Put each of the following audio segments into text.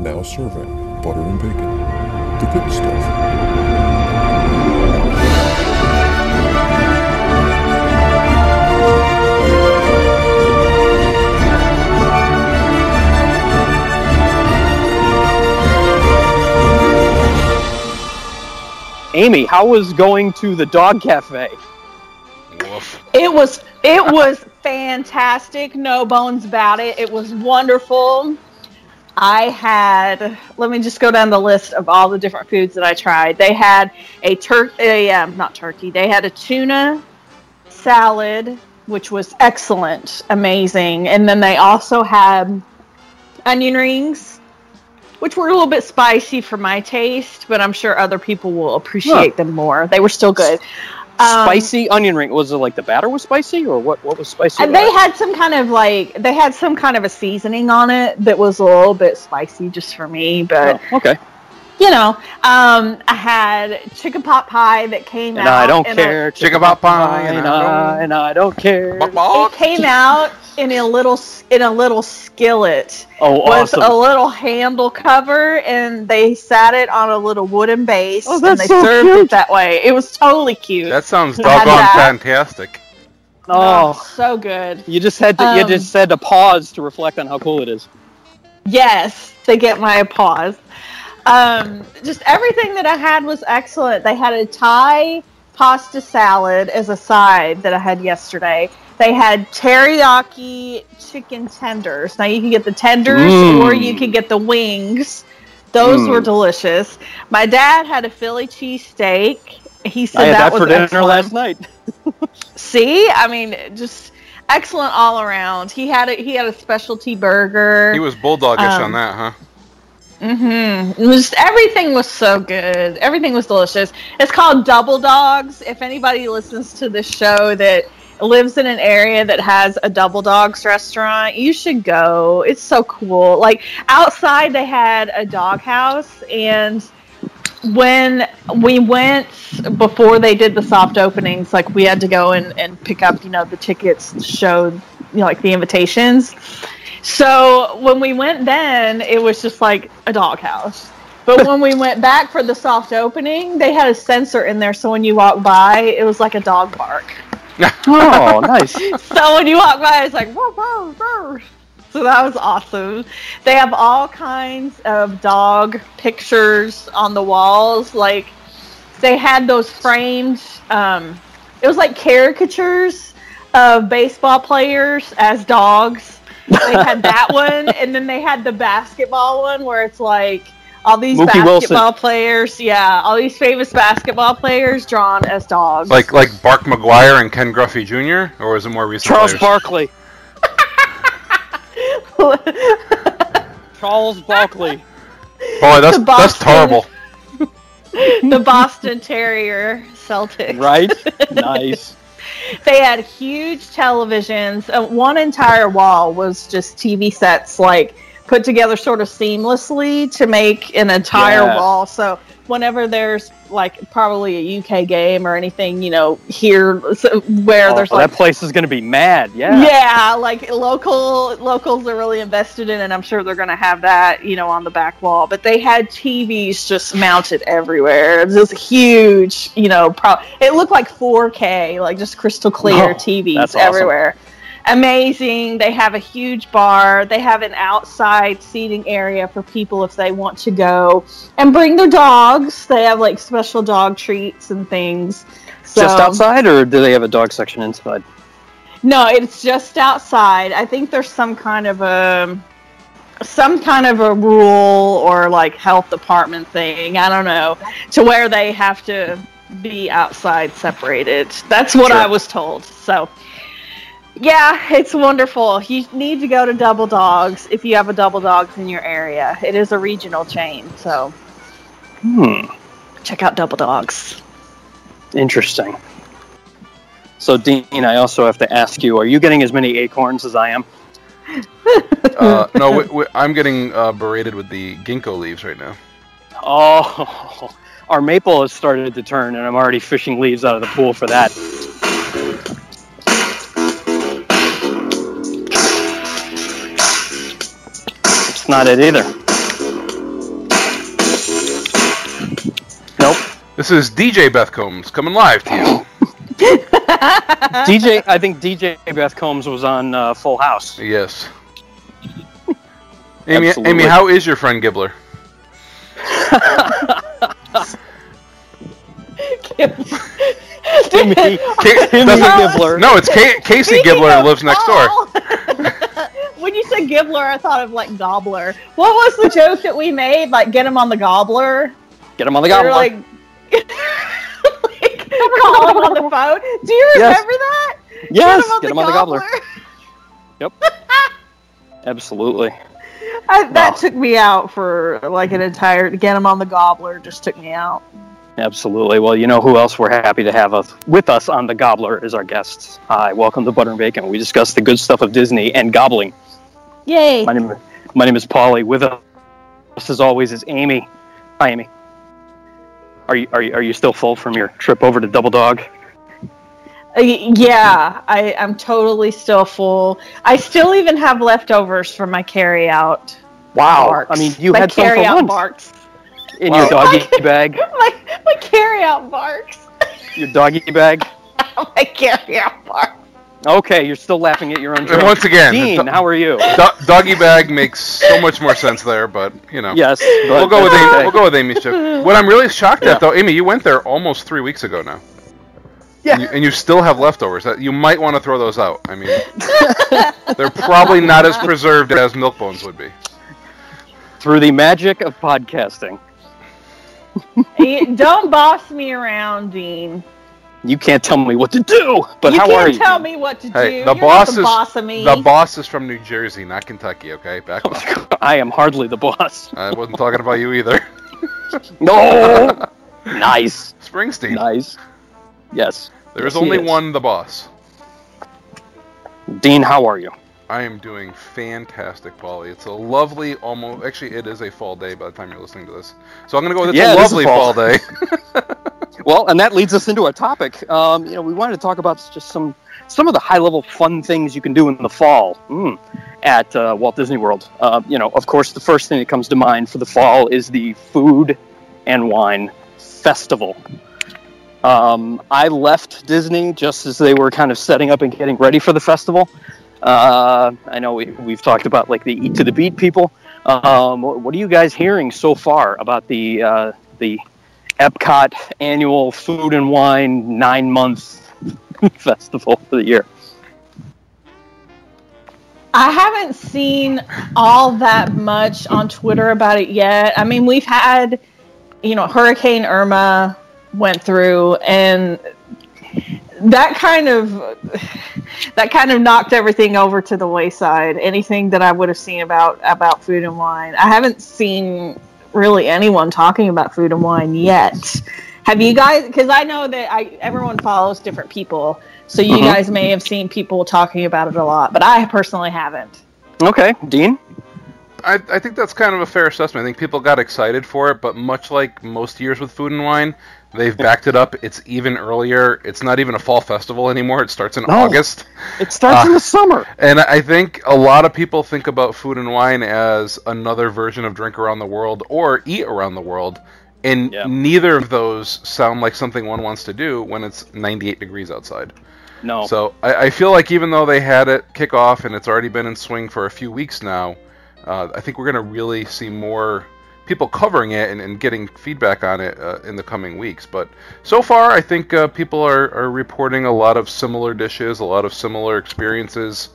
now serving butter and bacon. The good stuff. Amy, how was going to the dog cafe? Woof. It was it was fantastic, no bones about it. It was wonderful. I had let me just go down the list of all the different foods that I tried. They had a turkey, a um, not turkey. They had a tuna salad, which was excellent, amazing, and then they also had onion rings, which were a little bit spicy for my taste, but I'm sure other people will appreciate them more. They were still good. Um, spicy onion ring. Was it like the batter was spicy, or what? What was spicy? And about they it? had some kind of like they had some kind of a seasoning on it that was a little bit spicy just for me, Uh, but Oh, okay, you know, um, I had chicken pot pie that came and out. I don't in a- care. Chicken pot pie, and I and I don't care. Bok, it bok. came out in a little s- in a little skillet Oh, with awesome! a little handle cover, and they sat it on a little wooden base, Oh, and that's they so served cute. it that way. It was totally cute. That sounds Had doggone that. fantastic. oh, so good. you just had to. you Um, just had to pause to reflect on how cool it is. Yes, they get my applause. Um, just everything that I had was excellent. They had a Thai pasta salad as a side that I had yesterday. They had teriyaki chicken tenders. Now you can get the tenders Mm. or you can get the wings. Those Mm. were delicious. My dad had a Philly cheesesteak. He said I had that, that, was for dinner excellent. last night. See, I mean, just excellent all around. He had a, he had a specialty burger. He was bulldogish Um, on that, huh? Mm-hmm. It was everything was so good. Everything was delicious. It's called Double Dogs. If anybody listens to this show that lives in an area that has a Double Dogs restaurant, you should go. It's so cool. Like outside, they had a dog house, and when we went before they did the soft openings, like we had to go and, and pick up, you know, the tickets to show, you know, like the invitations. So when we went then, it was just like a doghouse. But when we went back for the soft opening, they had a sensor in there, so when you walk by, it was like a dog bark. Oh, nice. So when you walk by, it's like whoa, whoa, whoa. So that was awesome. They have all kinds of dog pictures on the walls. Like they had those framed. Um, it was like caricatures of baseball players as dogs. They had that one, and then they had the basketball one where it's like all these Mookie Wilson. basketball players. Yeah, all these famous basketball players drawn as dogs. Like like Bark McGuire and Ken Gruffey Jr. Or was it more recent? Charles players? Barkley. Charles Barkley. Boy, that's The that's Boston. terrible. the Boston Terrier Celtics. Right? Nice. They had huge televisions. Uh, one entire wall was just TV sets, like put together sort of seamlessly to make an entire Yeah. wall. So whenever there's like probably a UK game or anything, you know, here so- where Oh, there's that like place is going to be mad. Yeah. yeah. like local locals are really invested in, it, and I'm sure they're going to have that, you know, on the back wall. But they had TVs just mounted everywhere. It was this huge, you know, pro- it looked like 4K, like just crystal clear Oh, TVs that's awesome. everywhere. Amazing. They have a huge bar. They have an outside seating area for people if they want to go and bring their dogs. They have like special dog treats and things. So, Just outside, or do they have a dog section inside? no, it's just outside. I think there's some kind of a some kind of a rule or like health department thing. I don't know to where they have to be outside separated. That's what Sure. I was told. So yeah, it's wonderful. You need to go to Double Dogs if you have a Double Dogs in your area. It is a regional chain, so Hmm. check out Double Dogs. Interesting. So, Dean, I also have to ask you: Are you getting as many acorns as I am? Uh, no, we, we, I'm getting uh, berated with the ginkgo leaves right now. Oh, our maple has started to turn, and I'm already fishing leaves out of the pool for that. It's not it either. This is DJ Beth Combs coming live to you. Uh. DJ, I think DJ Beth Combs was on uh, Full House. Yes. Amy, Absolutely. Amy, how is your friend Gibbler? Timmy, Ca- Timmy that's not- Gibbler. No, it's Ca Casey Speaking Gibbler of lives next door. Paul, when you said Gibbler, I thought of like gobbler. What was the joke that we made? Like get him on the gobbler? Get him on the We were goblin. Like, like call him on the phone. Do you Yes. remember that? yes, get him on the gobbler. Absolutely. I, that Wow. took me out for like an entire. Get him on the gobbler just took me out. Absolutely. Well, you know who else we're happy to have us, with us on the Gobbler is our guests. Hi, welcome to Butter and Bacon. We discuss the good stuff of Disney and gobbling. Yay! My name, my name is Polly. With us, as always, is Amy. Hi, Amy. Are you are you, are you still full from your trip over to Double Dog? Uh, y- yeah, I, I'm totally still full. I still even have leftovers from my carryout. Wow. Barks. I mean, you my had some for carryout lunch barks. in Wow. your doggy bag. My my carryout barks. Your doggy bag. my carryout barks. Okay, you're still laughing at your own And joke. once again, Dean, do- how are you? do- Doggy Bag makes so much more sense there, but you know. Yes, but We'll go with that's Amy, okay. we'll go with Amy's joke. What I'm really shocked Yeah. at, though, Amy, you went there almost three weeks ago now. Yeah. And you, and you still have leftovers. That- You might want to throw those out. I mean, they're probably not as preserved as milk bones would be. through the magic of podcasting. Y- Don't boss me around, Dean. You can't tell me what to do. But you how can't are you? tell me what to do. Hey, You're the not boss the is- boss of me. The boss is from New Jersey, not Kentucky. Okay, back. off. I am hardly the boss. I wasn't talking about you either. No. nice. Springsteen. Nice. Yes. there is Yes, he only is. one. The boss. Dean, how are you? I am doing fantastic, Polly. It's a lovely, almost actually, it is a fall day by the time you're listening to this. So I'm gonna go with it's Yeah, a it is a lovely fall fall day. Well, and that leads us into our topic. Um, you know, we wanted to talk about just some some of the high level fun things you can do in the fall mm, at uh, Walt Disney World. Uh, you know, of course, the first thing that comes to mind for the fall is the food and wine festival. Um, I left Disney just as they were kind of setting up and getting ready for the festival. Uh, I know we, we've talked about like the Eat to the Beat people. Um, what what are you guys hearing so far about the uh, the Epcot annual food and wine nine month festival for the year. I haven't seen all that much on Twitter about it yet. I mean, we've had, you know, Hurricane Irma went through and that kind of that kind of knocked everything over to the wayside. Anything that I would have seen about about food and wine. I haven't seen really anyone talking about food and wine yet. Have you guys cuz I know that I everyone follows different people. So Mhm. you Mm-hmm. guys may have seen people talking about it a lot, but I personally haven't. Okay, Dean. I, I think that's kind of a fair assessment. I think people got excited for it, but much like most years with food and wine, they've backed it up. It's even earlier. It's not even a fall festival anymore. It starts in No. August. It starts Ah. in the summer. And I think a lot of people think about food and wine as another version of drink around the world or eat around the world. And Yeah. neither of those sound like something one wants to do when it's 98 degrees outside. No. So I, I feel like even though they had it kick off and it's already been in swing for a few weeks now, uh, I think we're going to really see more people covering it and, and getting feedback on it uh, in the coming weeks. But so far, I think uh, people are, are reporting a lot of similar dishes, a lot of similar experiences.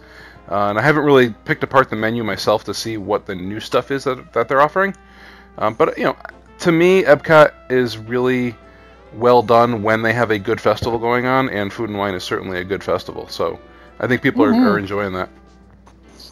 Uh, and I haven't really picked apart the menu myself to see what the new stuff is that, that they're offering. Um, but, you know, to me, Epcot is really well done when they have a good festival going on, and Food and Wine is certainly a good festival. So I think people Mhm. Mm-hmm. are, are enjoying that.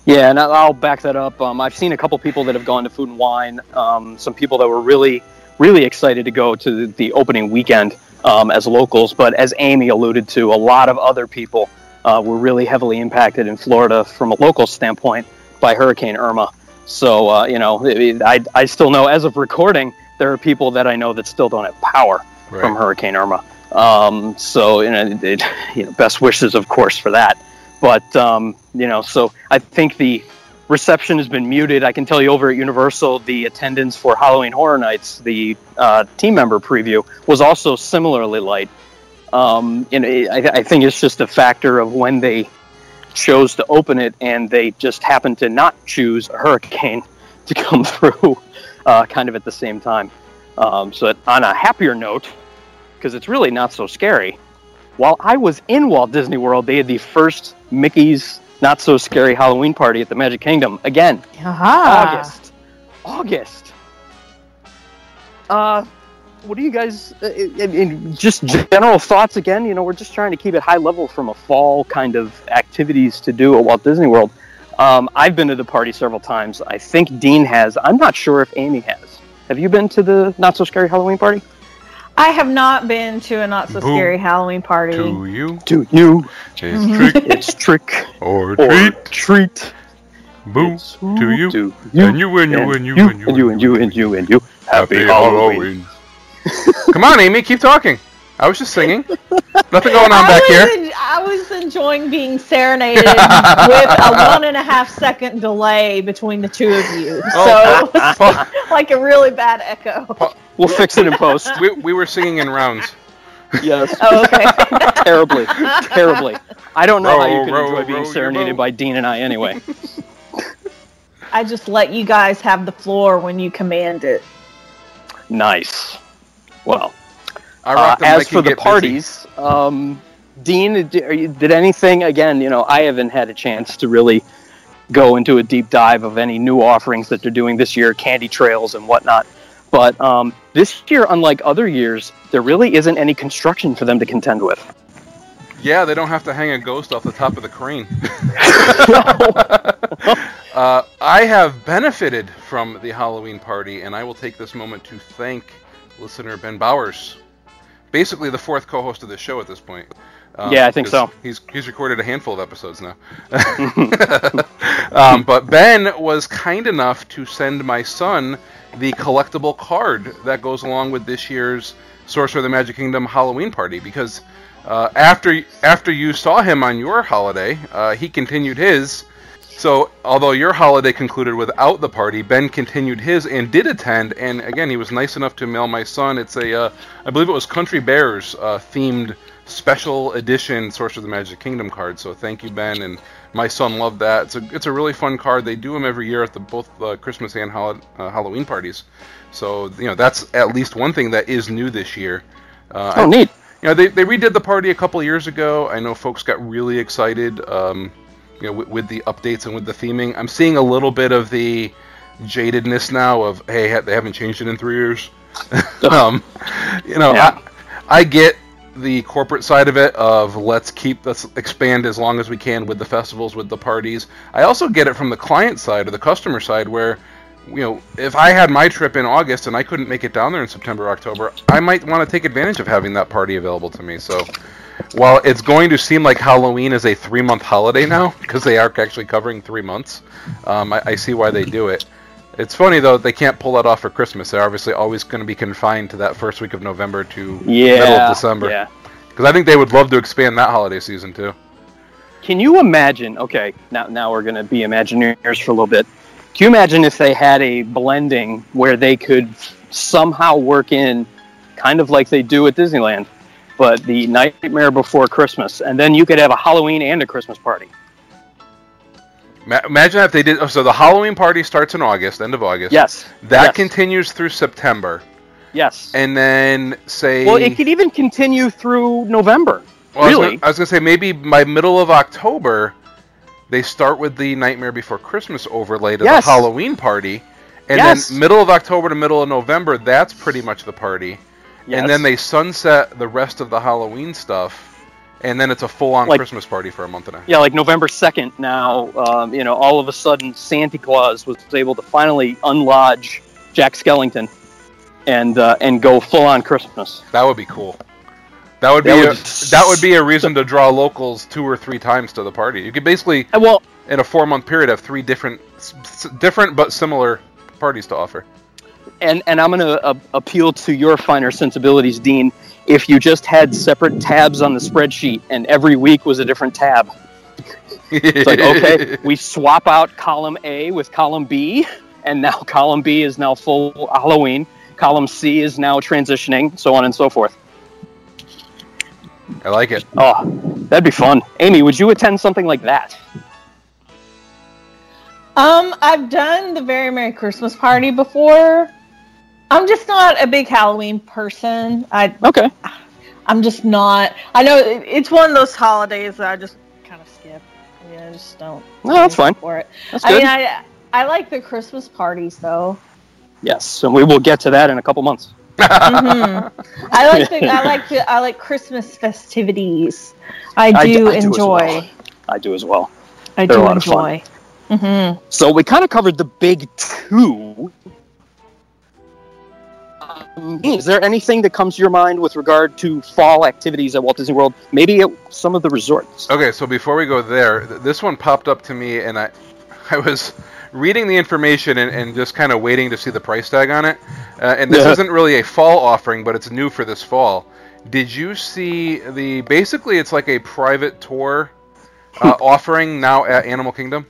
Yeah, and I'll- I'll back that up. Um, I've seen a couple people that have gone to Food and Wine. Um, some people that were really, really excited to go to the, the opening weekend um, as locals. But as Amy alluded to, a lot of other people uh, were really heavily impacted in Florida from a local standpoint by Hurricane Irma. So uh, you know, it- it- I, I still know as of recording, there are people that I know that still don't have power. from Hurricane Irma. Um, so you know, it, it- you know, best wishes, of course, for that. But um, you know, so I think the reception has been muted. I can tell you over at Universal, the attendance for Halloween Horror Nights, the uh, team member preview, was also similarly light. Um, and it, I, I think it's just a factor of when they chose to open it and they just happened to not choose a hurricane to come through uh, kind of at the same time. Um, so, that on a happier note, because it's really not so scary, while I was in Walt Disney World, they had the first Mickey's Not So Scary Halloween party at the Magic Kingdom. Again, Aha. August. August. Uh, what do you guys? uh, I mean, just general thoughts again. You know, we're just trying to keep it high level from a fall kind of activities to do at Walt Disney World. Um, I've been to the party several times. I think Dean has. I'm not sure if Amy has. Have you been to the not so scary Halloween party? I have not been to a not so Boo. scary Halloween party. To you Do you? is Mhm. trick Oh, It's trick or or treat. treat. Boo. It's to you. to And you and you and you and you and you and you and you and you. Happy Halloween. Come on, Amy, keep talking. I was just singing. Nothing going on I back was here. en- I was enjoying being serenaded with a one and a half second delay between the two of you. Oh. So, like a really bad echo. We'll fix it in post. we, we were singing in rounds. Yes. Oh, okay. terribly, terribly. I don't know how Row, you can row, enjoy row being your serenaded boat. by Dean and I anyway. I just let you guys have the floor when you command it. nice. Well, I uh, rocked the as mic for and the get busy. parties, um, Dean, d- are you- did anything? Again, you know, I haven't had a chance to really go into a deep dive of any new offerings that they're doing this year, candy trails and whatnot. But um, this year, unlike other years, there really isn't any construction for them to contend with. Yeah, they don't have to hang a ghost off the top of the crane. uh, I have benefited from the Halloween party, and I will take this moment to thank listener Ben Bowers, basically the fourth co-host of the show at this point. Um, Yeah, I think 'cause so. He's he's recorded a handful of episodes now. um, but Ben was kind enough to send my son the collectible card that goes along with this year's Sorcerer of the Magic Kingdom Halloween party because uh, after after you saw him on your holiday, uh, he continued his. So although your holiday concluded without the party, Ben continued his and did attend. And again, he was nice enough to mail my son. It's a uh, I believe it was Country Bears uh, themed special edition Sorcerer of the Magic Kingdom card. So thank you, Ben, and my son loved that. It's a it's a really fun card. They do them every year at the both uh, Christmas and hol- uh, Halloween parties. So you know that's at least one thing that is new this year. Uh, I- Oh, neat. you know, they, they redid the party a couple years ago. I know folks got really excited, um, you know, with, with the updates and with the theming. I'm seeing a little bit of the jadedness now of, hey, ha- they haven't changed it in three years. um, you know, Yeah. I, I get the corporate side of it of let's keep let's expand as long as we can with the festivals with the parties i also get it from the client side or the customer side where you know if i had my trip in august and i couldn't make it down there in september or october i might want to take advantage of having that party available to me so while it's going to seem like halloween is a three month holiday now because they are actually covering three months um, I, I see why they do it it's funny though they can't pull that off for christmas they're obviously always going to be confined to that first week of november to Yeah. middle of december Yeah. because I think they would love to expand that holiday season too. Can you imagine? Okay, now now we're gonna be Imagineers for a little bit. Can you imagine if they had a blending where they could somehow work in, kind of like they do at Disneyland, but the Nightmare Before Christmas, and then you could have a Halloween and a Christmas party. Ma- imagine if they did. oh, So the Halloween party starts in August, end of August. Yes. That yes, continues through September, Yes. and then say. well, it could even continue through November. Well, I was really? gonna- I was gonna say maybe by middle of October, they start with the Nightmare Before Christmas overlay to Yes. the Halloween party, and Yes. then middle of October to middle of November, that's pretty much the party, Yes. and then they sunset the rest of the Halloween stuff, and then it's a full-on Like- Christmas party for a month and a half. yeah, like November 2nd now, um, you know, all of a sudden Santa Claus was able to finally unlodge Jack Skellington and uh, and go full on Christmas. That would be cool. That would be That a, would- that would be a reason to draw locals two or three times to the party. You could basically And Uh, well, in a four month period have three different s- s- different but similar parties to offer. and, and I'm going to uh, appeal to your finer sensibilities, Dean. If you just had separate tabs on the spreadsheet and every week was a different tab, It's it's like, okay, we swap out column A with column B, and now column B is now full Halloween. Column C is now transitioning, so on and so forth. I like it. Oh, that'd be fun. Amy, would you attend something like that? Um, I've done the Very Merry Christmas Party before. I'm just not a big Halloween person. I Okay. I'm just not. I know it- it's one of those holidays that I just kind of skip. Yeah, I just don't. No, that's care fine. For it. That's I good. mean, I I like the Christmas parties though. yes, and we will get to that in a couple months. Mhm. I like the I like the I like Christmas festivities. I do I d- I do as enjoy. well. I do as well. I They're a do lot of fun. enjoy. hmm So we kind of covered the big two. Um, is there anything that comes to your mind with regard to fall activities at Walt Disney World? Maybe at some of the resorts. Okay, so before we go there, th- this one popped up to me, and I, I was reading the information and, and just kind of waiting to see the price tag on it. Uh, and this Yeah. isn't really a fall offering, but it's new for this fall. Did you see the? Basically, it's like a private tour uh, offering now at Animal Kingdom.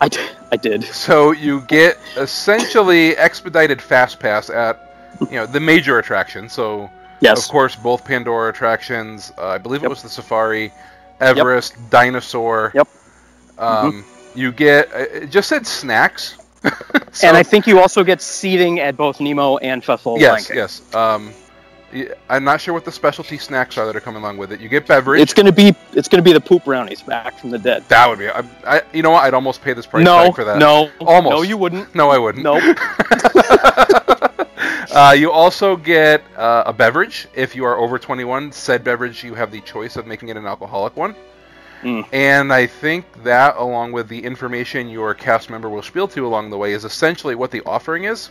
I, d- I did. So you get essentially expedited fast pass at, you know, the major attraction. So Yes. of course, both Pandora attractions. Uh, I believe it Yep. was the Safari, Everest, Dinosaur. Yep. Mm-hmm. Um, You get. It just said snacks. So- and I think you also get seating at both Nemo and Festival of Lion yes, King. yes. Um, y- I'm not sure what the specialty snacks are that are coming along with it. You get beverage. It's gonna be it's gonna be the poop brownies back from the dead. that would be. I, I, you know what? I'd almost pay this price no, tag for that. no, Almost. No, you wouldn't. No, I wouldn't. No. uh, you also get uh, a beverage if you are over 21. Said beverage, you have the choice of making it an alcoholic one. Mm. And I think that, along with the information your cast member will spiel to along the way, is essentially what the offering is.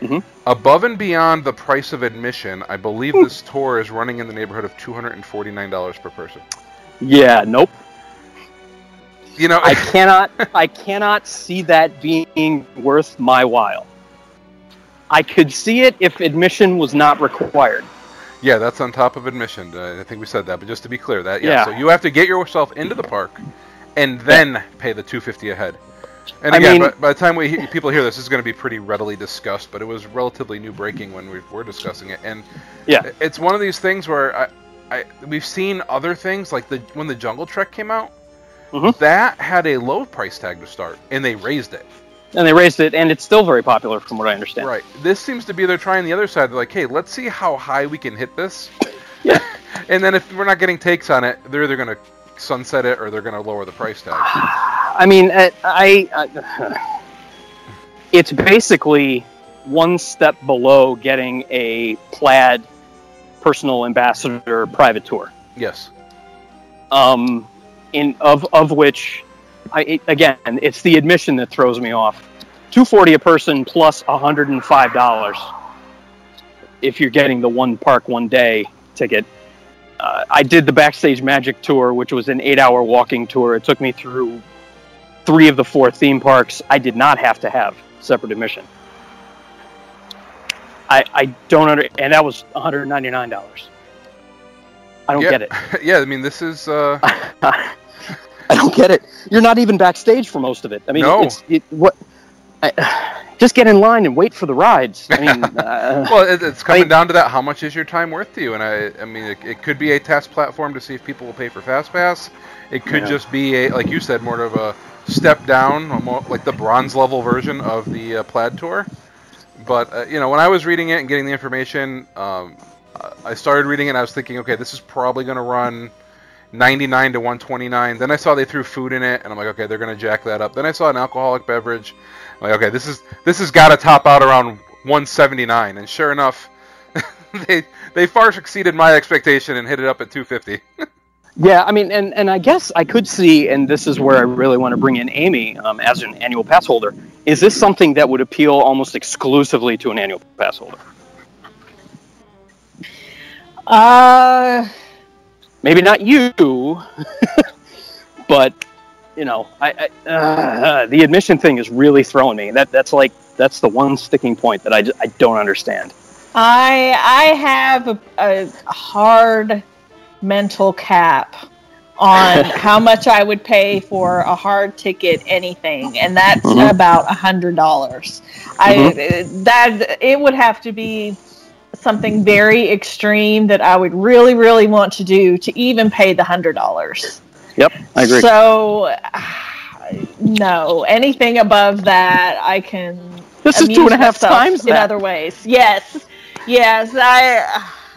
Mhm. Above and beyond the price of admission, I believe this tour is running in the neighborhood of $249 per person. Yeah, nope. You know, I cannot I cannot see that being worth my while. I could see it if admission was not required. Yeah, that's on top of admission. Uh, I think we said that, but just to be clear, that yeah. Yeah. So you have to get yourself into the park, and then pay the two fifty ahead. And I again, mean- by, by the time we he- people hear this, this is going to be pretty readily discussed. But it was relatively new breaking when we were discussing it, and Yeah. it's one of these things where I, I we've seen other things like the when the Jungle Trek came out, Mhm. that had a low price tag to start, and they raised it. And they raised it and it's still very popular from what I understand. Right. This seems to be they're trying the other side. They're like, hey, let's see how high we can hit this. Yeah. and then if we're not getting takes on it, they're either going to sunset it or they're going to lower the price tag. I mean, I, I, I it's basically one step below getting a plaid personal ambassador private tour. Yes. Um, in of of which, I it, again, it's the admission that throws me off. Two forty a person plus hundred and five dollars if you're getting the one park one day ticket. Uh, I did the backstage magic tour, which was an eight hour walking tour. It took me through three of the four theme parks. I did not have to have separate admission. I, I don't under and that was one hundred ninety nine dollars. I don't yeah. get it. yeah, I mean, this is. Uh, I don't get it. You're not even backstage for most of it. I mean, No. it's it, what? I, just get in line and wait for the rides. I mean, uh, well, it, it's coming I- down to that. How much is your time worth to you? And I, I mean, it, it could be a test platform to see if people will pay for fast pass. It could Yeah. just be a, like you said, more of a step down, or more like the bronze level version of the uh, plaid tour. But uh, you know, when I was reading it and getting the information, um, I- I started reading it. and I was thinking, okay, this is probably going to run 99 to 129. Then I saw they threw food in it, and I'm like, okay, they're going to jack that up. Then I saw an alcoholic beverage. I'm like, okay, this is this has got to top out around 179. And sure enough, they they far exceeded my expectation and hit it up at 250. yeah, I mean, and and I guess I could see, and this is where I really want to bring in Amy um, as an annual pass holder. Is this something that would appeal almost exclusively to an annual pass holder? Uh, Maybe not you, but you know, I, I uh, the admission thing is really throwing me. That that's like that's the one sticking point that I just, I don't understand. I I have a, a hard mental cap on how much I would pay for a hard ticket, anything, and that's Mhm. about a hundred dollars. I that it would have to be something very extreme that I would really, really want to do to even pay the hundred dollars. Yep, I agree. So no, anything above that, I can this is amuse two and a half myself times in that. other ways. Yes, yes. I,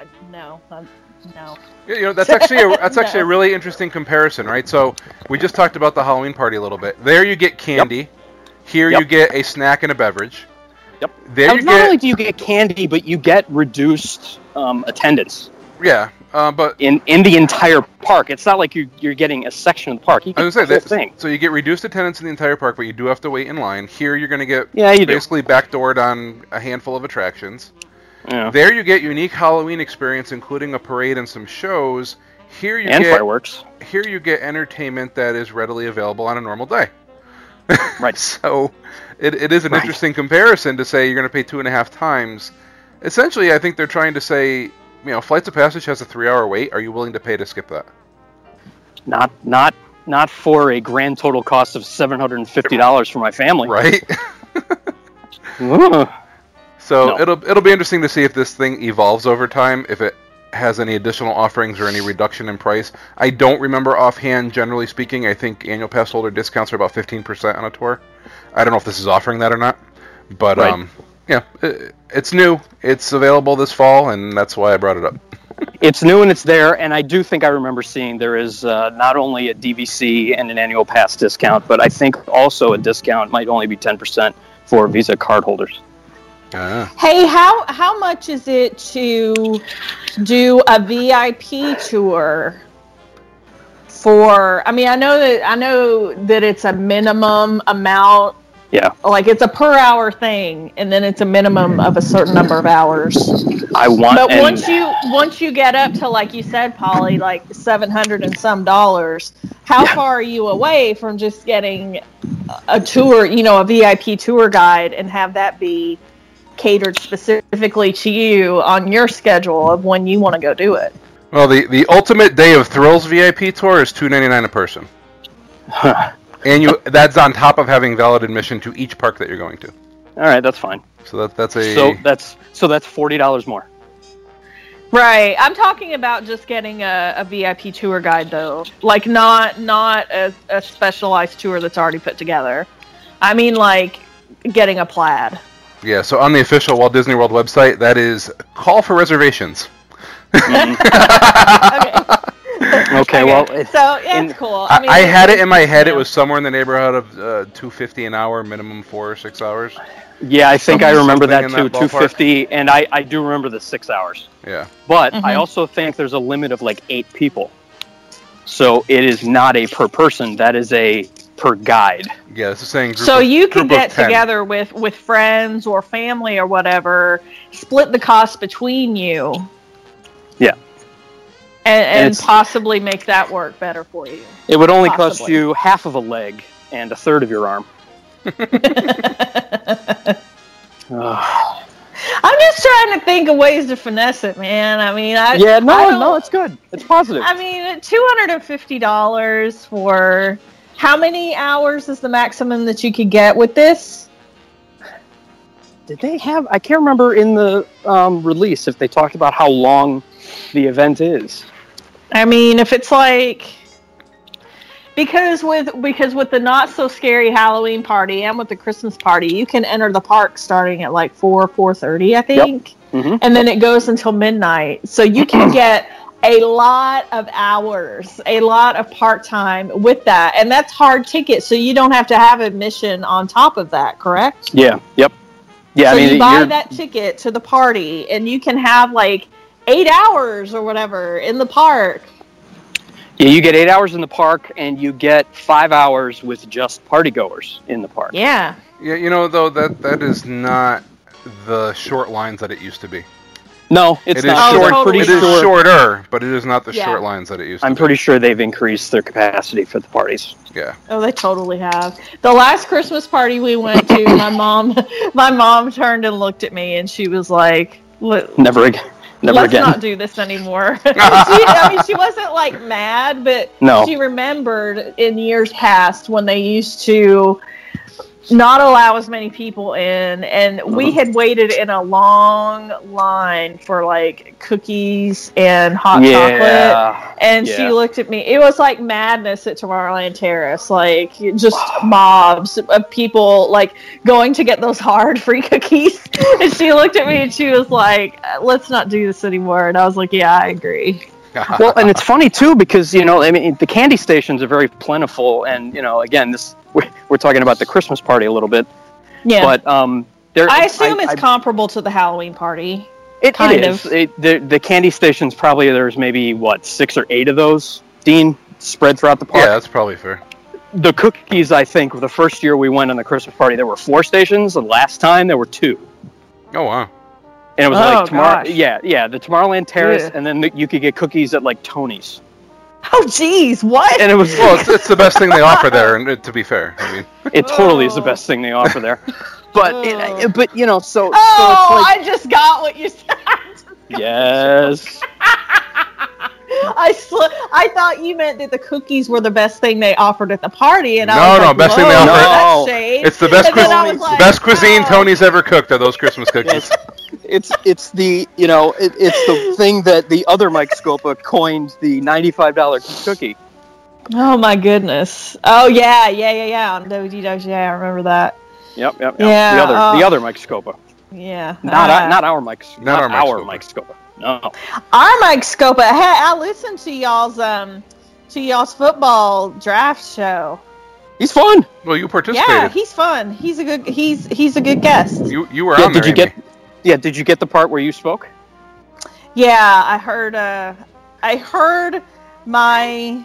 I no, I'm- no. Yeah, You know, that's actually a, that's No. actually a really interesting comparison, right? So we just talked about the Halloween party a little bit. There you get candy. Here Yep. you get a snack and a beverage. Yep. There you And not get only do you get candy, but you get reduced um, attendance yeah, uh, but in, in the entire park. It's not like you, you're getting a section of the park. You I get was gonna the say whole that. thing. So you get reduced attendance in the entire park, but you do have to wait in line. Here you're going to get Yeah, you do. Uh-huh. basically backdoored on a handful of attractions. Yeah. There you get unique Halloween experience, including a parade and some shows. Here you And get fireworks. here you get entertainment that is readily available on a normal day. Right. So it, it is an Right. interesting comparison to say you're going to pay two and a half times. Essentially, I think they're trying to say, you know, Flights of Passage has a three hour wait. Are you willing to pay to skip that? Not not not for a grand total cost of seven hundred and fifty dollars for my family. Right? Ugh. so No. it'll it'll be interesting to see if this thing evolves over time, if it has any additional offerings or any reduction in price. I don't remember offhand, generally speaking. I think annual pass holder discounts are about 15% on a tour. I don't know if this is offering that or not. But, Right. um, yeah, it, it's new. It's available this fall, and that's why I brought it up. It's new and it's there, and I do think I remember seeing there is uh, not only a DVC and an annual pass discount, but I think also a discount might only be ten percent for Visa cardholders. Ah. Hey, how how much is it to do a VIP tour? For I mean, I know that I know that it's a minimum amount. Yeah. Like it's a per hour thing, and then it's a minimum of a certain number of hours. I want. But and- once you once you get up to like you said, Polly, like seven hundred and some dollars, how Yeah. far are you away from just getting a tour? You know, a VIP tour guide, and have that be catered specifically to you on your schedule of when you want to go do it. Well, the, the ultimate day of thrills VIP tour is two ninety nine a person, and you that's on top of having valid admission to each park that you're going to. all right, that's fine. So that that's a So that's so that's forty dollars more. Right. I'm talking about just getting a, a VIP tour guide though. Like not not a, a specialized tour that's already put together. I mean like getting a plaid. yeah. So on the official Walt Disney World website, that is call for reservations. Okay. Okay, well, it, so yeah, in- it's cool. I, I, mean, I had it in my head. It yeah. was somewhere in the neighborhood of uh, two fifty an hour, minimum four or six hours. yeah, I think I Something- remember that something too. in that Two fifty, and I I do remember the six hours. Yeah. But I Mhm. also think there's a limit of like eight people. So it is not a per person, that is a per guide. Yeah. This is saying. Group So of- you can group of get 10. together with with friends or family or whatever, split the cost between you. Yeah. And, and, it's- possibly make that work better for you. It would only cost Possibly. you half of a leg and a third of your arm. Ugh. I'm just trying to think of ways to finesse it, man. I mean, I yeah, no, I don't- no, it's good. It's positive. I mean, two hundred and fifty dollars for how many hours is the maximum that you could get with this? Did they have? I can't remember in the um, release if they talked about how long the event is. I mean, if it's like because with because with the not so scary Halloween party and with the Christmas party, you can enter the park starting at like four four thirty, I think, Mhm. and then it goes until midnight. So you can get a lot of hours, a lot of part time with that, and that's hard ticket. So you don't have to have admission on top of that, correct? Yeah. Yep. Yeah. so I mean, you buy you're- that ticket to the party, and you can have like eight hours or whatever in the park. yeah, you get eight hours in the park, and you get five hours with just partygoers in the park. Yeah. Yeah. You know though that that is not the short lines that it used to be. No, it's It is not. short- I'm pretty it is sure. shorter, but it is not the Oh, Yeah. short lines that it used to I'm be. pretty sure they've increased their capacity for the parties. Yeah. Oh, they totally have. The last Christmas party we went to, my mom, my mom turned and looked at me, and she was like, "Look, Never again. Never Let's again. not do this anymore. she, I mean, she wasn't like mad, but No. she remembered in years past when they used to not allow as many people in, and Uh-huh. we had waited in a long line for like cookies and hot chocolate. yeah. And Yeah. she looked at me. It was like madness at Tomorrowland Terrace, like just mobs of people like going to get those hard free cookies. and she looked at me and she was like, "Let's not do this anymore." And I was like, "Yeah, I agree." well, and it's funny too because you know, I mean, the candy stations are very plentiful, and you know, again, this we're, we're talking about the Christmas party a little bit, Yeah, but um, there. I assume it's I- comparable to the Halloween party. It, kind it is. of. It, the, the candy stations probably there's maybe what six or eight of those. Dean spread throughout the park. Yeah, that's probably fair. The cookies, I think, were the first year we went on the Christmas party, there were four stations. The last time there were two, Oh wow. and it was Oh, like tomorrow. gosh. Yeah, yeah, the Tomorrowland Terrace, Yeah. and then the, you could get cookies at like Tony's, Oh, jeez, what? and it was Well, it's, it's the best thing they offer there, and uh, to be fair, I mean, it totally is the Oh. best thing they offer there. But Oh. it, but you know, so oh, so it's like I just got what you said. yes. I sl- I thought you meant that the cookies were the best thing they offered at the party, and No, I was no, like, best thing they "Whoa, offer- that's No. shade." it's the best And then cuisine, I was like, best cuisine oh. Tony's ever cooked are those Christmas cookies. It's it's the you know it, it's the thing that the other Mike Scopa coined the ninety five dollar cookie. Oh my goodness. Oh yeah, yeah, yeah, yeah. On Doji Doji, yeah, I remember that. Yep, yep, yep. Yeah, the other uh, the other Mike Scopa, Yeah. not uh, not our Mike, not, our our, Mike Mike Scopa. Scopa. No, our Mike Scopa. Hey, I listened to y'all's um to y'all's football draft show. he's fun. Well, you Yeah, participated. he's fun. He's a good he's he's a good guest. you you were Yeah, on did there. you get? Amy. Yeah, did you get the part where you spoke? Yeah, I heard uh I heard my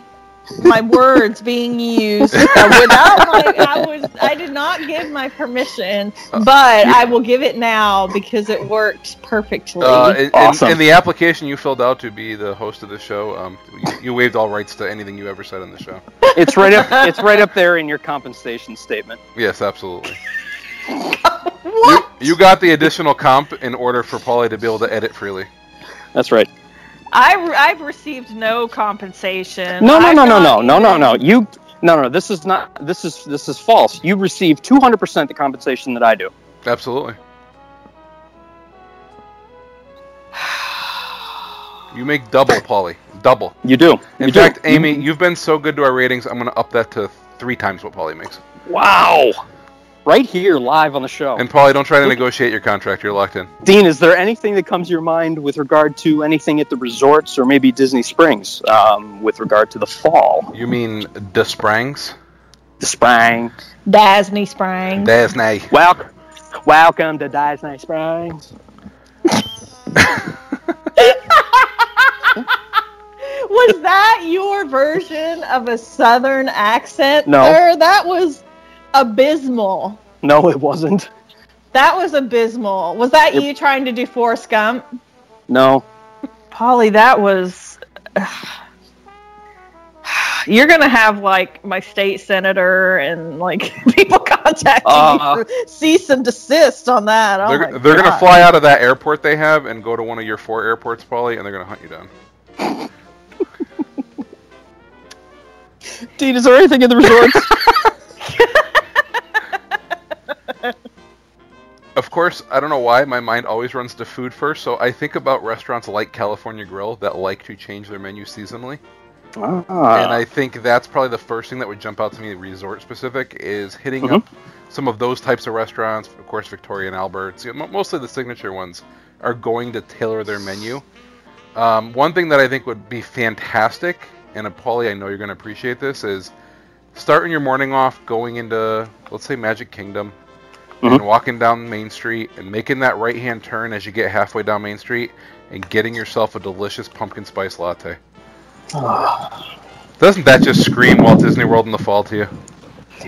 my words being used without my I was I did not give my permission, but I will give it now because it worked perfectly. Uh, in, in- Awesome. in the application you filled out to be the host of the show, um, you, you waived all rights to anything you ever said on the show. It's right up. it's right up there in your compensation statement. Yes, absolutely. what? You got the additional comp in order for Paulie to be able to edit freely. That's right. I, I've received no compensation. No, no, I've no, no, no, not no, no, even- no. You, no, no. This is not. This is this is false. You receive two hundred percent the compensation that I do. Absolutely. You make double, Paulie. Double. You do. In You do. fact, You- Amy, you've been so good to our ratings. I'm going to up that to three times what Paulie makes. Wow. Right here, live on the show. And Paulie, don't try to negotiate your contract. You're locked in. Dean, is there anything that comes to your mind with regard to anything at the resorts or maybe Disney Springs um, with regard to the fall? You mean the Sprangs? The spring. Dasney Sprang. That's nice. Welcome. Welcome to Disney Springs. was that your version of a southern accent? No. Sir? That was abysmal. No, it wasn't. That was abysmal. Was that Yep. you trying to do Forrest Gump? No. Polly, that was. You're gonna have like my state senator and like people contacting Uh-uh. you for cease and desist on that. Oh They're, my they're going to God. fly out of that airport they have and go to one of your four airports, Paulie, and they're going to hunt you down. Dean, is there anything at the resorts? Of course, I don't know why my mind always runs to food first, so I think about restaurants like California Grill that like to change their menu seasonally. Ah. and I think that's probably the first thing that would jump out to me, resort specific, is hitting Mhm. up some of those types of restaurants. Of course, Victoria and Albert's, you know, mo- mostly the signature ones, are going to tailor their menu. Um, one thing that I think would be fantastic, and uh, Paulie, I know you're going to appreciate this, is starting your morning off going into, let's say, Magic Kingdom. And walking down Main Street and making that right hand turn as you get halfway down Main Street and getting yourself a delicious pumpkin spice latte. Doesn't that just scream Walt Disney World in the fall to you?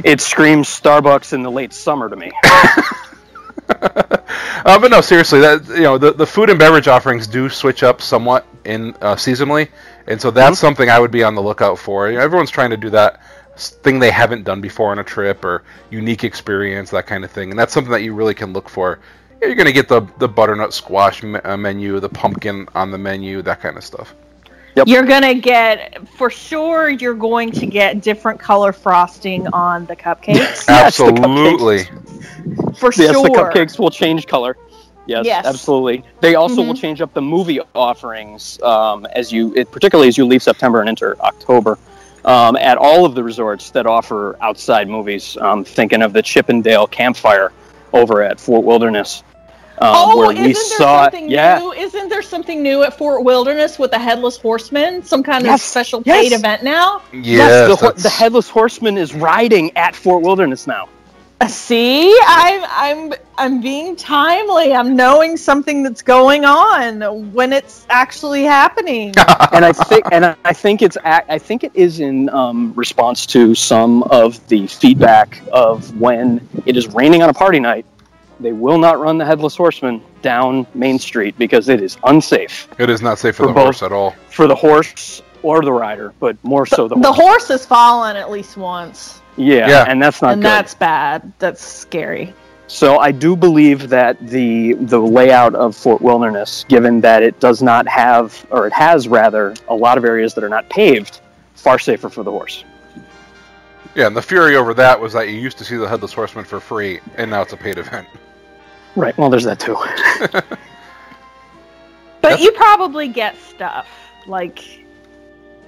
it screams Starbucks in the late summer to me. Uh, but no, seriously, that you know the, the food and beverage offerings do switch up somewhat in uh, seasonally, and so that's Mm-hmm. something I would be on the lookout for. You know, everyone's trying to do that s- thing they haven't done before on a trip or unique experience, that kind of thing, and that's something that you really can look for Yeah, you're gonna get the the butternut squash me- uh, menu, the pumpkin on the menu, that kind of stuff. Yep. You're gonna get for sure. You're going to get different color frosting on the cupcakes Yes, the cupcakes. Absolutely. for Yes, sure. the cupcakes will change color. Yes, Yes. absolutely. They also will Mhm. change up the movie offerings um, as you, it, particularly as you leave September and enter October, um, at all of the resorts that offer outside movies. I'm thinking of the Chippendale Campfire over at Fort Wilderness, um, Oh, where isn't we there saw. something yeah, new? Isn't there something new at Fort Wilderness with the headless horseman? Some kind Yes, of special yes. paid event now? Yes, the, ho- that's- the headless horseman is riding at Fort Wilderness now. Uh, See, I'm I'm I'm being timely. I'm knowing something that's going on when it's actually happening. and I think and I- I think it's ac- I think it is in um, response to some of the feedback of when it is raining on a party night, they will not run the headless horseman down Main Street because it is unsafe it is not safe for, for the both. horse at all. for the horse or the rider, but more so the, the horse. horse has fallen at least once, Yeah, Yeah. and that's not and good. that's bad. That's scary. So I do believe that the the layout of Fort Wilderness, given that it does not have or it has rather a lot of areas that are not paved, far safer for the horse. Yeah, and the fury over that was that you used to see the headless horseman for free, and now it's a paid event. Right. Well, there's that too. But That's- you probably get stuff like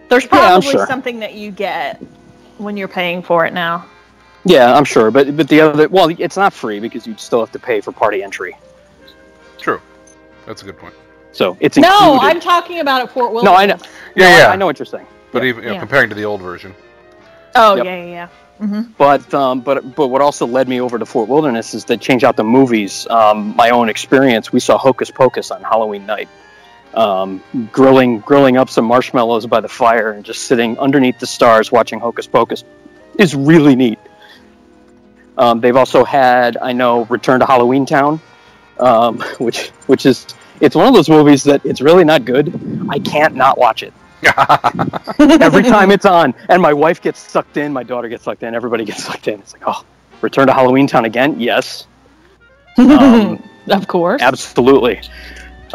there's Yeah, I'm probably sure. something that you get when you're paying for it now. Yeah, I'm sure, but but the other well, it's not free because you'd still have to pay for party entry, True, that's a good point. so it's included. No, I'm talking about at Fort Wilderness. no, I know. Yeah, no, I- yeah. I, know what you're saying. But even you know, yeah. comparing to the old version, Oh Yep. yeah, yeah, yeah. hmm But um, but but what also led me over to Fort Wilderness is to change out the movies. Um, my own experience, we saw Hocus Pocus on Halloween night, um, grilling grilling up some marshmallows by the fire and just sitting underneath the stars watching Hocus Pocus is really neat. Um, they've also had I know Return to Halloween Town, um, which which is it's one of those movies that it's really not good. I can't not watch it every time it's on and my wife gets sucked in my daughter gets sucked in everybody gets sucked in it's like oh return to halloween town again yes um, Mm-hmm. Of course. absolutely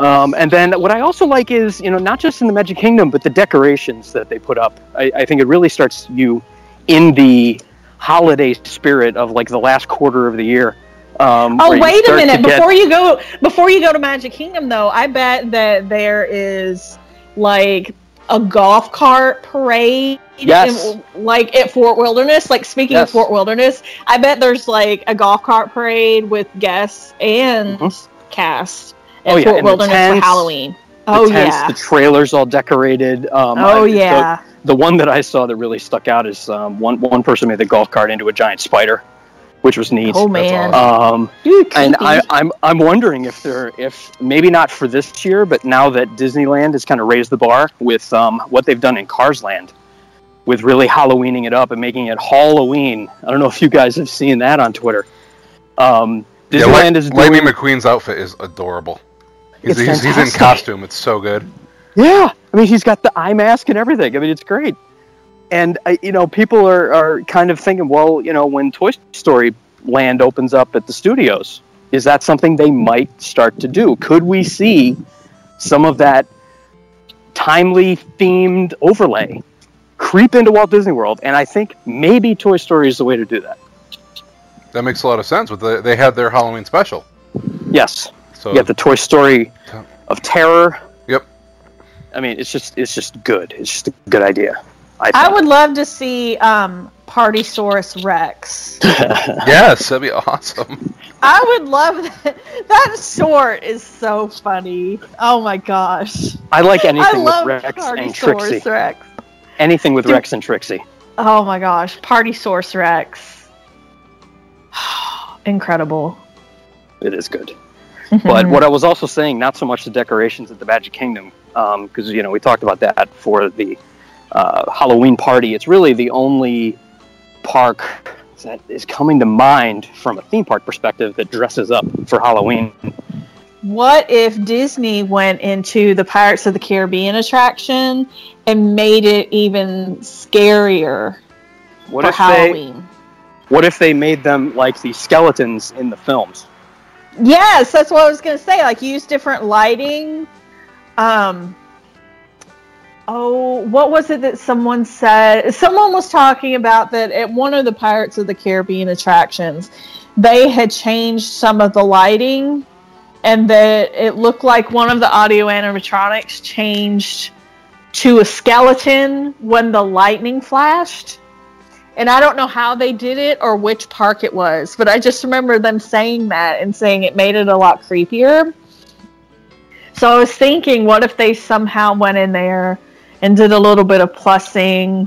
um, and then what i also like is you know not just in the magic kingdom but the decorations that they put up i, I think it really starts you in the holiday spirit of like the last quarter of the year um, where Oh you wait a start to minute! get- Before you go, before you go to Magic Kingdom, though, I bet that there is like a golf cart parade. Yes. in- like at Fort Wilderness. Like speaking Yes. of Fort Wilderness, I bet there's like a golf cart parade with guests and Mhm. cast at Oh, yeah, Fort and the Wilderness tents, for Halloween. the Oh tents, yeah. the trailers all decorated um, oh I- the- yeah. the one that I saw that really stuck out is um, one one person made the golf cart into a giant spider, which was neat. oh man. Um, Dude, and I, creepy. I'm I'm wondering if they're if maybe not for this year, but now that Disneyland has kind of raised the bar with um, what they've done in Cars Land, with really Halloweening it up and making it Halloween. I don't know if you guys have seen that on Twitter. Um, yeah, Li- Disneyland is doing, Lightning McQueen's outfit is adorable. He's, It's he's, he's in fantastic. costume. It's so good. Yeah, I mean, he's got the eye mask and everything. I mean, it's great. And I, you know, people are, are kind of thinking, well, you know, when Toy Story Land opens up at the studios, is that something they might start to do? Could we see some of that timely themed overlay creep into Walt Disney World? And I think maybe Toy Story is the way to do that. That makes a lot of sense. With the, they had their Halloween special, Yes, so you got the Toy Story of Terror. Yep. I mean, it's just it's just good. It's just a good idea. I, I think. would love to see um, Partysaurus Rex. yes, that'd be awesome. I would love that. That short is so funny. Oh my gosh. I like I anything with love Rex and Trixie. Partysaurus Rex. Anything with Dude. Rex and Trixie. Oh my gosh. Partysaurus Rex. Incredible. It is good. Mm-hmm. But what I was also saying, not so much the decorations at the Magic Kingdom, because you know we talked about that for the uh, Halloween party. It's really the only park that is coming to mind from a theme park perspective that dresses up for Halloween. What if Disney went into the Pirates of the Caribbean attraction and made it even scarier What for if they? Halloween? What if they made them like the skeletons in the films? Yes, that's what I was gonna say. Like use different lighting. Um Oh, what was it that someone said? Someone was talking about that at one of the Pirates of the Caribbean attractions, they had changed some of the lighting and that it looked like one of the audio animatronics changed to a skeleton when the lightning flashed. And I don't know how they did it or which park it was, but I just remember them saying that and saying it made it a lot creepier. So I was thinking, what if they somehow went in there and did a little bit of plussing,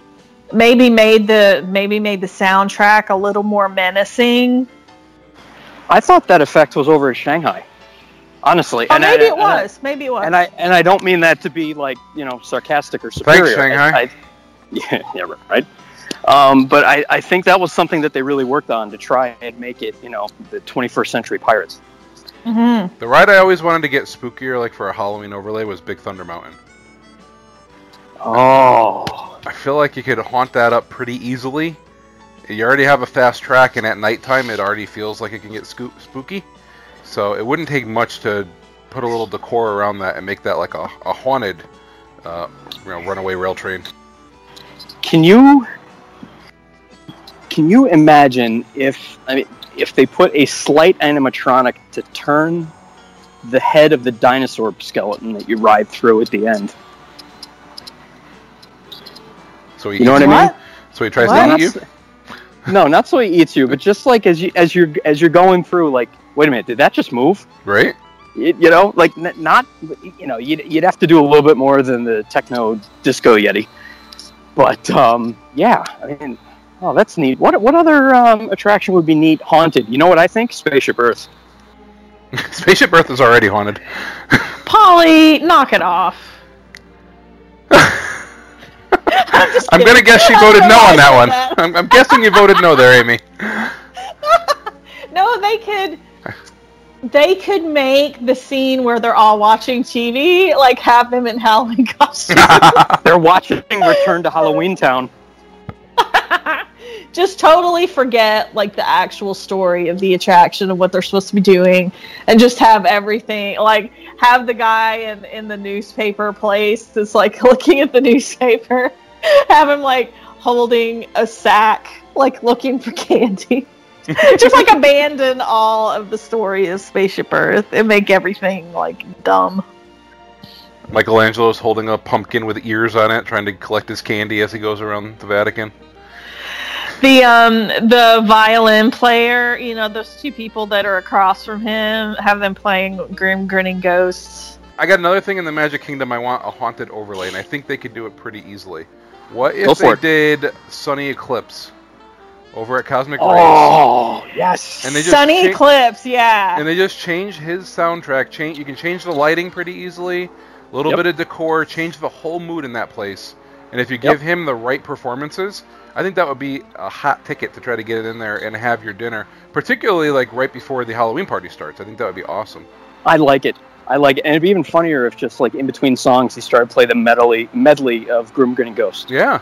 maybe made the maybe made the soundtrack a little more menacing. I thought that effect was over at Shanghai, honestly. Or And I- Oh, maybe it and I- was. Maybe it was. and I and I don't mean that to be like you know sarcastic or superior. Shanghai. I, I, yeah, yeah, right. Um, but I, I think that was something that they really worked on to try and make it you know the 21st century pirates. Mhm. The ride I always wanted to get spookier, like for a Halloween overlay, was Big Thunder Mountain. Oh, I feel like you could haunt that up pretty easily. You already have a fast track, and at nighttime, it already feels like it can get scoop- spooky. So it wouldn't take much to put a little decor around that and make that like a, a haunted, uh, you know, runaway rail train. can you can you imagine if I mean if they put a slight animatronic to turn the head of the dinosaur skeleton that you ride through at the end? So he You know eats what I mean? So he tries What? to eat you. No, not so he eats you, but just like as you as you're as you're going through, like, wait a minute, did that just move? Right? It, you know, like n- not, you know, you'd, you'd have to do a little bit more than the techno disco yeti, but um, yeah, I mean, oh, that's neat. What what other um, attraction would be neat haunted? You know what I think? Spaceship Earth. Spaceship Earth is already haunted. Polly, knock it off. I'm, just I'm gonna kidding. guess she I voted don't no know on why that I one. said that. I'm, I'm guessing you voted no there, Amy. No, they could. They could make the scene where they're all watching TV, like have them in Halloween costumes. They're watching Return to Halloween Town. Just totally forget like the actual story of the attraction and what they're supposed to be doing, and just have everything like have the guy in in the newspaper place that's like looking at the newspaper, have him like holding a sack, like looking for candy. just like abandon all of the story of Spaceship Earth and make everything like dumb. Michelangelo's holding a pumpkin with ears on it, trying to collect his candy as he goes around the Vatican. The um the violin player, you know, those two people that are across from him, have them playing grim grinning ghosts. I got another thing in the Magic Kingdom. I want a haunted overlay, and I think they could do it pretty easily. What Go if for they did Sunny Eclipse over at Cosmic Rays, Oh yes. And they just Sunny shake- Eclipse, yeah. and they just change his soundtrack? Change you can change the lighting pretty easily, a little Yep. bit of decor, change the whole mood in that place. And if you give him the right performances, I think that would be a hot ticket to try to get it in there and have your dinner, particularly like right before the Halloween party starts. I think that would be awesome. I like it. I like it, and it'd be even funnier if just like in between songs, he started to play the medley medley of Grim Grinning Ghost. Yeah.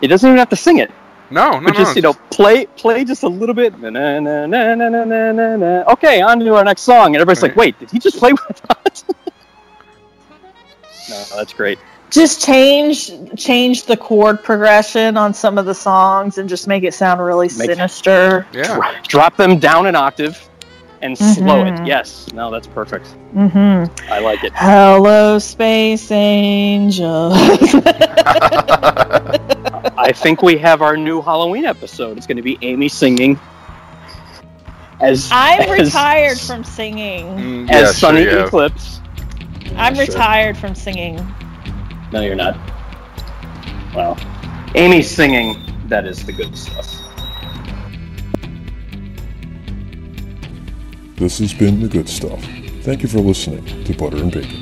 He doesn't even have to sing it. No, no, no. but just you know, play play just a little bit. Na, na, na, na, na, na, na, na, na. Okay, on to our next song, and everybody's like, "Wait, did he just play with us?" no, that's great. just change change the chord progression on some of the songs and just make it sound really Make- sinister. yeah. Dro- Drop them down an octave and slow it. Mhm. Yes, no, that's perfect. Mm-hmm. I like it. Hello, space angels. I think we have our new Halloween episode. It's going to be Amy singing as I'm as- retired from singing. as Mm, yeah, sure Sunny you have. Eclipse. I'm Sure. retired from singing. No, you're not. Well, Amy singing, that is the good stuff. This has been the good stuff. Thank you for listening to Butter and Bacon.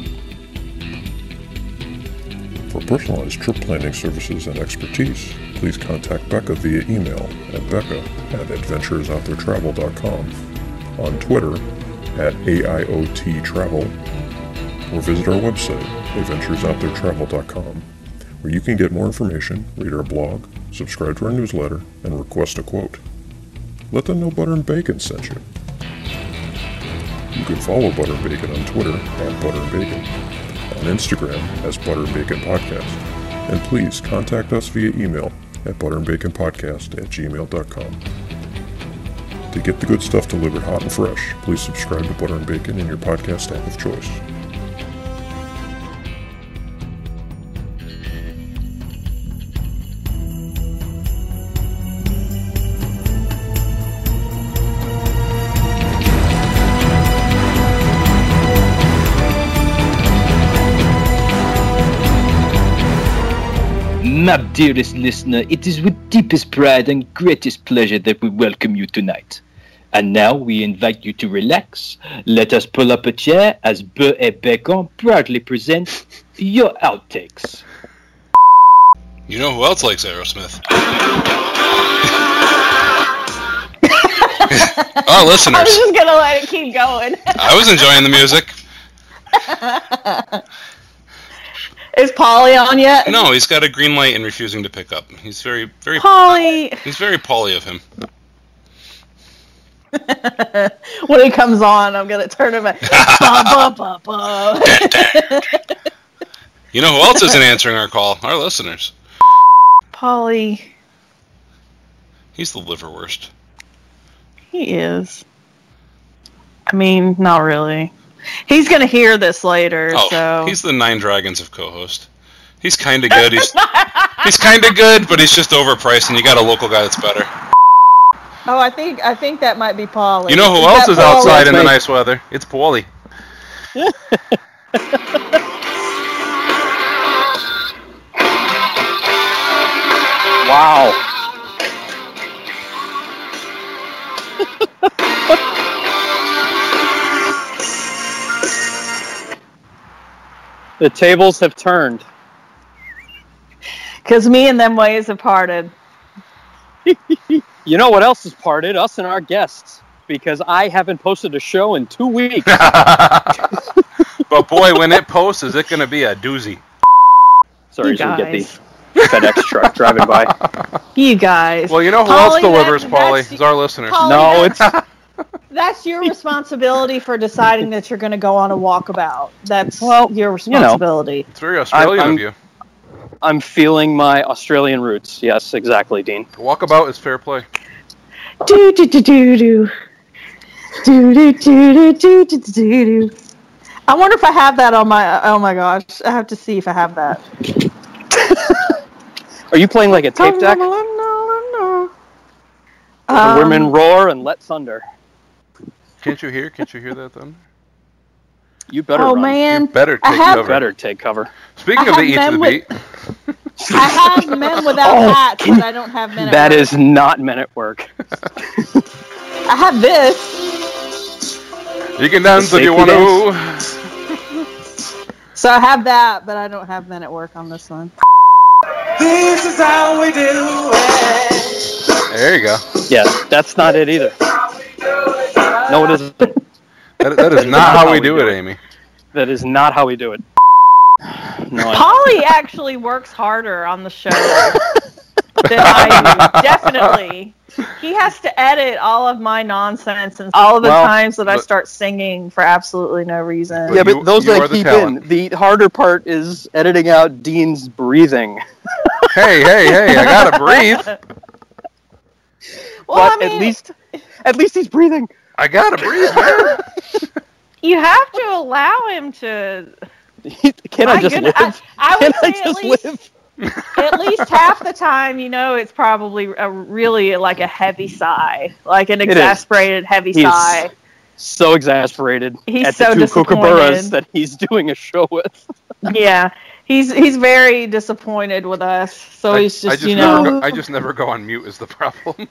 For personalized trip planning services and expertise, please contact Becca via email at becca at adventuresoutdoortravel.com, on Twitter at AIOT Travel, or visit our website, adventuresoutdoortravel.com, where you can get more information, read our blog, subscribe to our newsletter, and request a quote. Let them know Butter and Bacon sent you. You can follow Butter and Bacon on Twitter at Butter and Bacon, on Instagram as Butter and Bacon Podcast, and please contact us via email at butterandbaconpodcast at gmail.com. To get the good stuff delivered hot and fresh, please subscribe to Butter and Bacon in your podcast app of choice. My dearest listener, it is with deepest pride and greatest pleasure that we welcome you tonight. And now we invite you to relax. Let us pull up a chair as Beurre et Bacon proudly presents your outtakes. You know who else likes Aerosmith? Our I was listeners. just gonna let it keep going. I was enjoying the music. Is Polly on yet? No, he's got a green light and refusing to pick up. He's very, very, Polly, he's very poly of him. when he comes on, I'm gonna turn him. At, ba, ba, ba, ba. You know who else isn't answering our call? Our listeners. Polly, He's the liverwurst. he is. I mean, not really. He's gonna hear this later, Oh, so he's the nine dragons of co-host. He's kind of good. He's he's kind of good, but he's just overpriced, and you got a local guy that's better. Oh, I think I think that might be Polly. You know who else is outside in the Right. nice weather? It's Paulie. Wow. the tables have turned. Because me and them ways have parted. You know what else is parted? Us and our guests. Because I haven't posted a show in two weeks. but boy, when it posts, is it going to be a doozy? Sorry, you so we get guys. the FedEx truck driving by. You guys. Well, you know who Paulie, else delivers, that's- Paulie? that's- Is our listeners. Paulie, No, that's- that's your responsibility for deciding that you're going to go on a walkabout. That's Well, your know. responsibility. It's very Australian I'm- of you. I'm feeling my Australian roots. Yes, exactly, Dean. Walkabout is fair play. Do do do do do. Do do do do do do do do. I wonder if I have that on my. Oh my gosh! I have to see if I have that. Are you playing like a tape deck? Let Um, The women roar and let thunder. Can't you hear? Can't you hear that then? You better Oh run. You man, better I take have- cover. Better take cover. Speaking I of have the eat to the men with- beat, I have men without Oh, hats, but I don't have men. at That work. is not men at work. I have this. you can dance if you want sacred to. So I have that, but I don't have men at work on this one. There you go. Yes, that's not it either. No, it isn't. That, that is not how we do it, Amy. That is not how we do it. No, I- Polly actually works harder on the show than I do. Definitely. He has to edit all of my nonsense and all of the Well, times that I but- start singing for absolutely no reason. yeah, But but you- those you that are the keep talent. in. The harder part is editing out Dean's breathing. Hey, hey, hey! I gotta breathe. Well, I but mean, at least, at least he's breathing. I gotta breathe, man. you have to allow him to. Can My I just goodness, live? I, I Can would I say at just least, live? at least half the time, you know, it's probably a really like a heavy sigh, like an It is. exasperated heavy He is sigh. So exasperated He's at so the two kookaburras disappointed. that he's doing a show with. Yeah, he's he's very disappointed with us. So I, he's Oh, I just, just you never know, go, I just never go on mute is the problem.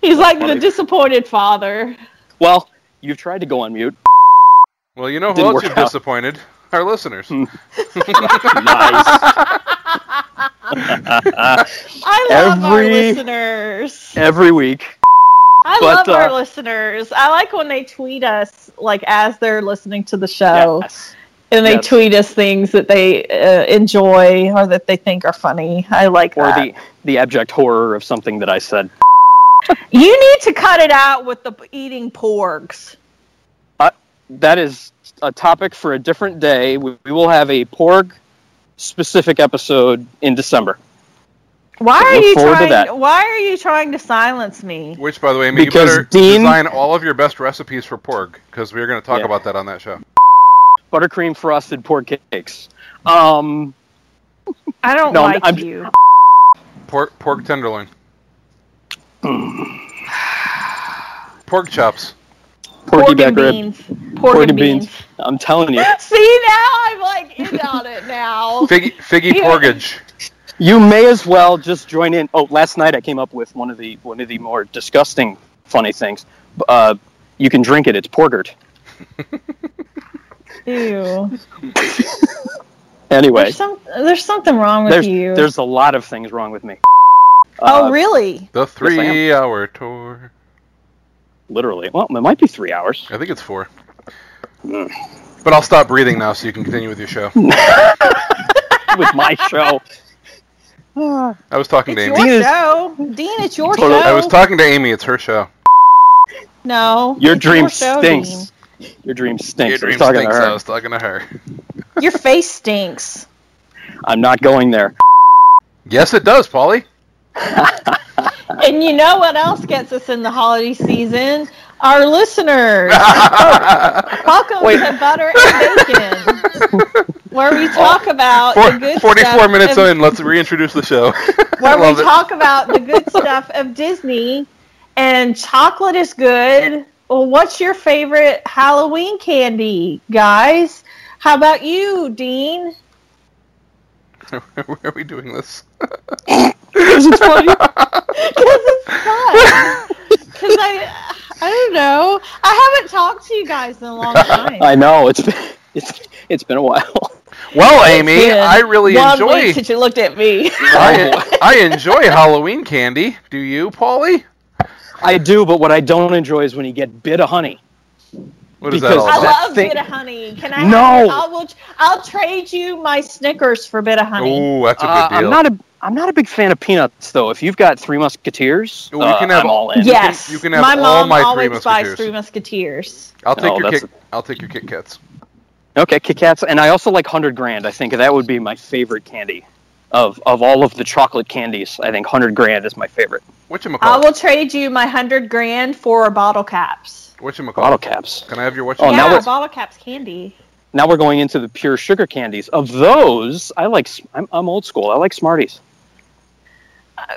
he's like Funny. the disappointed father. Well, you've tried to go on mute. Well, you know who Didn't else work you've out. disappointed? Our listeners. Hmm. nice. I love our Every- listeners. Every week. I but, love our uh, listeners. I like when they tweet us like as they're listening to the show, Yes. and they yes. tweet us things that they uh, enjoy or that they think are funny. I like Or that. the the abject horror of something that I said. You need to cut it out with the eating porgs. that is a topic for a different day. We, we will have a Porg specific episode in December. Why are look you forward to trying? that. Why are you trying to silence me? Which, by the way, I mean, you Because better Dean- design all of your best recipes for pork because we're going to talk Yeah. about that on that show. Buttercream frosted pork cakes. Um, I don't No, I'm- like I'm- you. Pork, pork tenderloin, pork chops. porky Pork back and rib. beans. Pork, Pork and beans. I'm telling you, See now I'm like in on it now. Figgy, figgy Yeah. porgage. you may as well just join in. Oh, last night I came up with one of the one of the more disgusting funny things. Uh, you can drink it. It's portered. Ew. Anyway, There's, some, there's something wrong with there's you. there's a lot of things wrong with me. oh Uh, really? The I am. three-hour tour. Literally. Well, it might be three hours. I think it's four. But I'll stop breathing now so you can continue with your show. with my show. Ah, I was talking It's to Amy. your Dean is- show, Dean. It's your show. Totally. I was talking to Amy. It's her show. no, your it's dream show, Dean. stinks. Your dream stinks. Your I was dream talking to stinks. her. I was talking to her. Your face stinks. I'm not going there. Yes, it does, Polly. And you know what else gets us in the holiday season? Our listeners. Welcome Wait. to Butter and Bacon, where we talk about the Four, good 44 stuff minutes of, in, let's reintroduce the show. I where we love it. talk about the good stuff of Disney. And chocolate is good. Well, what's your favorite Halloween candy, guys? How about you, Dean? Where are we doing this? Because it's fun. Because I, I don't know. I haven't talked to you guys in a long time. I know it's been, it's it's been a while. Well, Amy, It's been I really one enjoy week since you looked at me. I, I enjoy Halloween candy. Do you, Polly? I do, but what I don't enjoy is when you get bit of honey. What is that Because all I about? that love thing- bit of honey. Can I? No. I will. I'll trade you my Snickers for bit of honey. Ooh, that's a Uh, good deal. I'm not a I'm not a big fan of peanuts though. If you've got Three Musketeers, Well, you uh, can have- I'm all in. Yeah. yes, you can have my all mom my Three always buys Musketeers. Three Musketeers. I'll take Oh, your that's- Kit. I'll take your Kit Kats. Okay, Kit Kats, and I also like Hundred Grand. I think that would be my favorite candy of of all of the chocolate candies. I think Hundred Grand is my favorite. What I will trade you my hundred grand for bottle caps. Bottle caps. Can I have your what? Oh, yeah, now it's- bottle caps candy. now we're going into the pure sugar candies. Of those, I like. I'm, I'm old school. I like Smarties.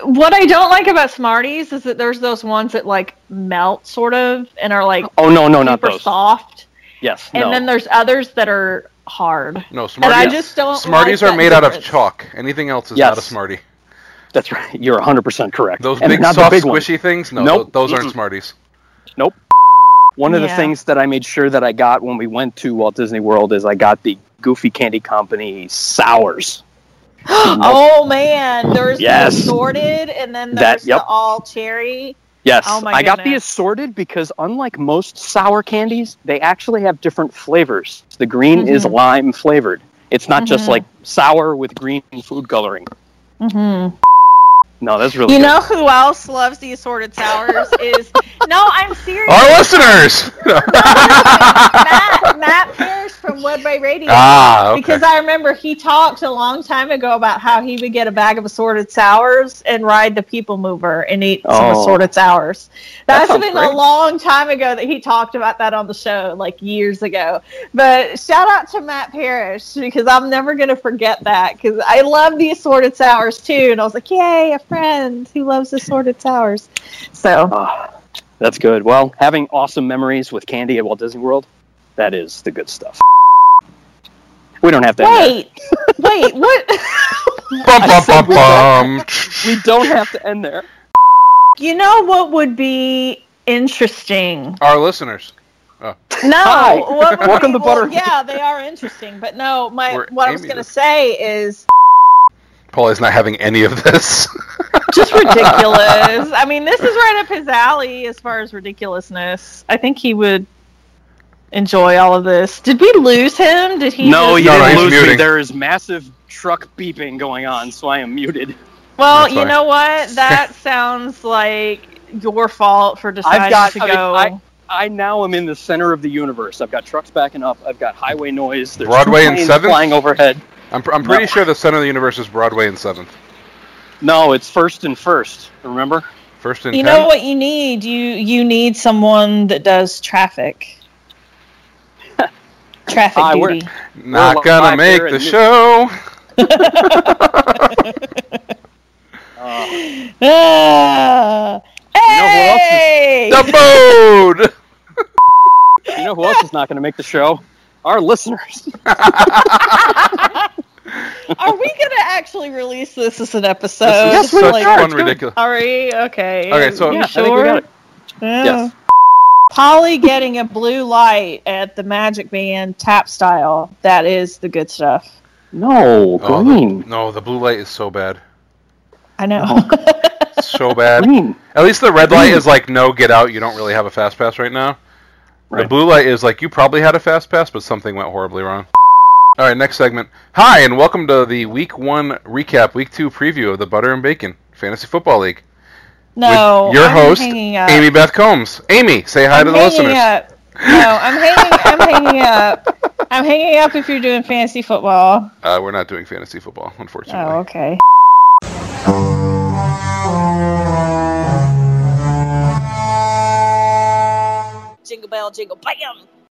What I don't like about Smarties is that there's those ones that like melt sort of and are like Oh no, no, not super those. soft, Yes, and no. then there's others that are hard. No, And I Smarties. just don't. Smarties like that are made out of difference. chalk. Anything else is Yes. not a Smartie. That's right. You're 100 percent correct. Those And big not the soft big ones. squishy things? No, Nope. th- those aren't Mm-mm. Smarties. One of the Yeah. things that I made sure that I got when we went to Walt Disney World is I got the Goofy Candy Company sours. oh man, there's Yes. the assorted, and then That- there's yep. the all cherry. Yes, Oh my I got the goodness. assorted because unlike most sour candies, they actually have different flavors. The green is Mhm. lime flavored. It's not just Mhm. like sour with green food coloring. Mm-hmm. No, that's really You good. know who else loves the assorted sours? is no, I'm serious. Our listeners. Matt, Matt Pierce from Woodway Radio. ah, okay. Because I remember he talked a long time ago about how he would get a bag of assorted sours and ride the people mover and eat some Oh. assorted sours. That's sounds been great. a long time ago that he talked about that on the show, like years ago. But shout out to Matt Parrish because I'm never going to forget that because I love the assorted sours too. And I was like, yay, a friend who loves assorted sours. So Ah, that's good. Well, having awesome memories with candy at Walt Disney World, that is the good stuff. We don't have to. End wait, wait, what? bum, I bum, said bum, we bum. there. We don't have to end there. you know what would be interesting? Our listeners. No. Hi. What, what- Welcome to well, Butter- Yeah, they are interesting, but no. My We're what I was aiming going to this. say is Polly's not having any of this. just ridiculous. I mean, this is right up his alley as far as ridiculousness. I think he would enjoy all of this. Did we lose him? Did he? No, just- you No, no, didn't he's lose me. muting. There is massive truck beeping going on, so I am muted. Well, That's you fine. know what? That sounds like your fault for deciding got- to I mean, go. I- I now am in the center of the universe. I've got trucks backing up. I've got highway noise. There's Broadway two and planes Seventh? flying overhead. I'm, pr- I'm pretty No. sure the center of the universe is Broadway and Seventh. No, it's first and first. Remember? First and You ten. know what you need? You you need someone that does traffic. traffic I work- duty. Not We're gonna live make here the in New- show. Uh, Ah. know who else is- Hey! The boat. you know who else is not going to make the show? Our listeners. Are we gonna actually release this as an episode? This is Just such like- fun, ridiculous. Are we okay? Okay, so- You Yeah, I think we sure? got it. Yeah. Yes. Polly getting a blue light at the Magic Man tap style. That is the good stuff. No, Oh, green. the, no, the blue light is so bad. I know. It's so bad. Green. At least the red light is like, no, get out. You don't really have a fast pass right now. The Right. blue light is like, you probably had a fast pass, but something went horribly wrong. All right, next segment. Hi, and welcome to the Week One recap, Week Two preview of the Butter and Bacon Fantasy Football League. no. With your I'm host, hanging up. Amy Beth Combs. Amy, say hi I'm to the hanging listeners. Up. No, I'm hanging. I'm hanging up. I'm hanging up. If you're doing fantasy football. Uh, we're not doing fantasy football, unfortunately. Oh, okay. Jingle bell, jingle bam.